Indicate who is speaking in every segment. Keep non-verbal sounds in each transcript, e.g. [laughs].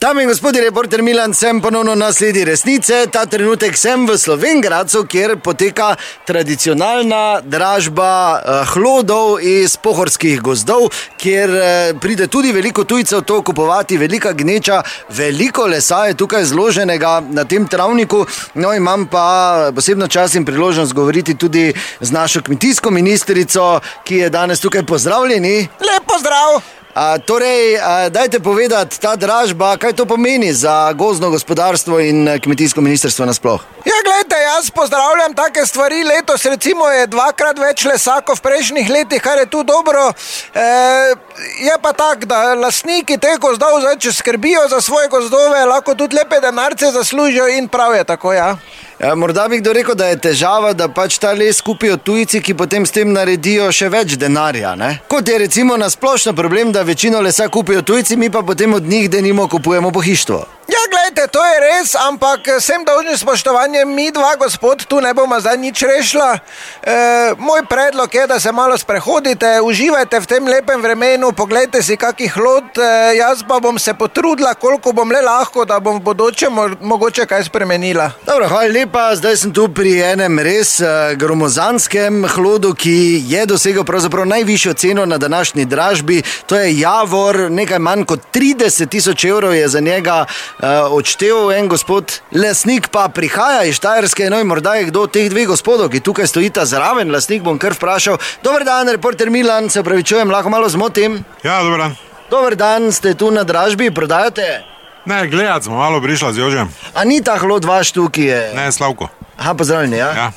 Speaker 1: Dame in gospodje, reporter Milan, sem ponovno na sledi resnice. Ta trenutek sem v Slovenki, kjer poteka tradicionalna dražba eh, hlodov iz pohorskih gozdov, kjer eh, pride tudi veliko tujcev to kupovati, velika gneča, veliko lesa je tukaj zloženega na tem travniku. No, imam pa posebno čas in priložnost govoriti tudi z našo kmetijsko ministrico, ki je danes tukaj pozdravljeni.
Speaker 2: Lepo zdrav!
Speaker 1: A, torej, a, dajte povedati, ta dražba, kaj to pomeni za gozdno gospodarstvo in eh, kmetijsko ministrstvo nasploh.
Speaker 2: Ja, gledajte, jaz pozdravljam take stvari. Letos recimo je dvakrat več lesa kot v prejšnjih letih, kar je tu dobro. E, je pa tako, da lastniki teh gozdov zdaj, če skrbijo za svoje gozdove, lahko tudi lepe denarce zaslužijo in prav je tako, ja.
Speaker 1: E, morda bi kdo rekel, da je težava, da pač ta les kupijo tujci, ki potem s tem naredijo še več denarja. Ne? Kot je recimo nasplošno problem, da večino lesa kupijo tujci, mi pa potem od njih denimo kupujemo pohištvo.
Speaker 2: Ja, gledajte, to je res, ampak eh, sem dolžni spoštovanje, mi dva, gospod, tu ne bomo zdaj nič rešila. E, moj predlog je, da se malo sprehodite, uživajte v tem lepem vremenu, poglejte si kakih lot, e, jaz pa bom se potrudila, koliko bom le lahko, da bom v bodoče mo mogoče kaj spremenila.
Speaker 1: Dobro, hvala lepa. Zdaj sem tu pri enem res eh, gromozanskem hlodu, ki je dosegel pravzaprav najvišjo ceno na današnji dražbi. To je Javor, nekaj manj kot 30 tisoč evrov je za njega eh, odšteval en gospod. Lesnik pa prihaja iz Štajerske, no in morda je kdo od teh dveh gospodov, ki tukaj stojita zraven, lesnik bom kar vprašal. Dober dan, reporter Milan, se upravičujem, lahko malo zmotim.
Speaker 3: Ja, dobro.
Speaker 1: Dober dan, ste tu na dražbi, prodajate.
Speaker 3: Ne, gledati smo malo prišla z Jožem,
Speaker 1: A ni ta hlod vaš tukaj? je?
Speaker 3: ne Slavko.
Speaker 1: Aha, pozdravljeni, ja.
Speaker 3: Ja.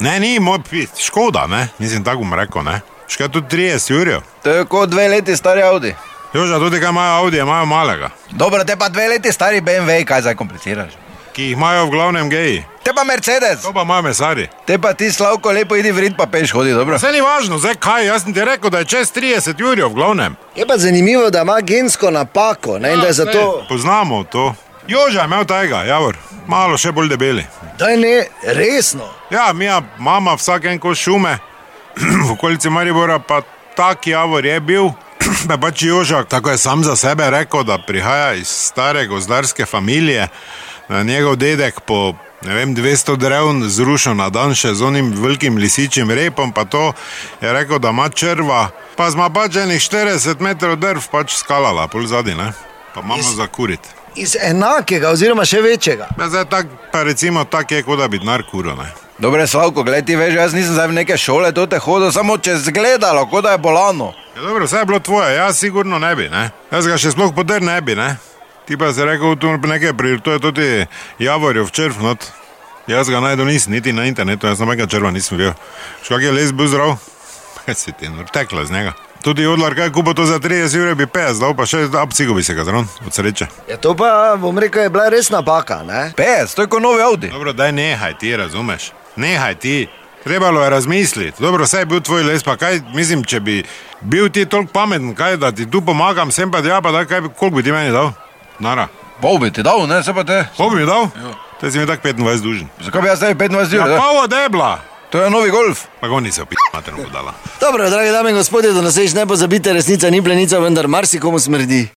Speaker 3: Ne, ni moj pit, škoda, ne, nisem tako mu rekel, ne. Škoda tudi 30 jurjev.
Speaker 4: To je kot dve leti stari Audi.
Speaker 3: Joža, tudi kaj imajo Audi, imajo malega,
Speaker 4: Dobro, te pa dve leti stari BMW, kaj zdaj kompliciraš?
Speaker 3: ki jih imajo v glavnem geji.
Speaker 4: Te pa Mercedes,
Speaker 3: To pa imajo mesari.
Speaker 4: te pa ti slavko lepo idi vrit pa peš hodi, dobro.
Speaker 3: Vse ni važno, zdaj kaj, jaz sem ti rekel, da je čez 30 jurjev v glavnem.
Speaker 1: Je pa zanimivo, da ima gensko napako. Ne, in da je zato,
Speaker 3: Ne, Poznamo to. Joža je imel tega, javor, malo še bolj debeli.
Speaker 1: da je ne resno.
Speaker 3: Ja, mi imamo vsak en kos šume, [clears throat] v okolici Maribora pa tak javor je bil. [clears throat] Da pač Jožak, tako je sam za sebe rekel, da prihaja iz stare gozdarske družine. Njegov dedek po ne vem, 200 drev zrušil na dan še z onim velikim lisičjim repom, pa to je rekel, da ima črva. Pa smo pač enih 40 metrov drv pač skalala, pol zadaj, ne? pa imamo
Speaker 1: Iz-
Speaker 3: za kuriti.
Speaker 1: Iz enakega, oziroma še večjega.
Speaker 3: Zdaj tak, pa recimo tako je, kot da bi narkuro, ne?
Speaker 4: Dobre slavko, gledaj ti veš, jaz nisem zdaj v neke šole, to te hodo samo čez gledalo, kot da je bolano.
Speaker 3: Ja, dobro, vse je bilo tvoje, jaz sigurno ne bi, ne? Jaz ga še sploh podrl ne bi, ne? Ti pa si rekel, tu nekaj pri, to je tudi javorjev črv, not. Jaz ga najdu nisem, niti na internetu, jaz samega črva nisem bil. Škak je les bil zdrav? [laughs] Kaj si ti, nor, tekla z njega. Tudi odlar, kaj kupo to za 30 ur, bi 50 dal, pa še apcigo bi se ga zron, od sreče.
Speaker 1: Ja, to pa bom rekel, je bila res napaka. Ne?
Speaker 4: Pes, to je kot novi Audi.
Speaker 3: Dobro, daj nehaj ti, razumeš? Nehaj ti. Trebalo je razmisliti. Dobro, vse je bil tvoj les, pa kaj mislim, če bi bil ti toliko pameten, kaj da ti tu pomagam, sem pa ja, pa da kaj, koliko bi ti meni dal? Nara.
Speaker 4: Pol bi ti dal, ne, se pa te.
Speaker 3: Koliko bi mi dal? Te si mi tako 25 dužen.
Speaker 4: Zakaj bi jaz tebi 25
Speaker 3: Ja,
Speaker 4: ur? da?
Speaker 3: pavo debla!
Speaker 4: To je novi golf.
Speaker 3: Pa oni so pi, materno podala.
Speaker 1: Dobro, drage dame in gospodje, da nas več ne pozabite, resnica ni plenica, vendar marsikomu smrdi.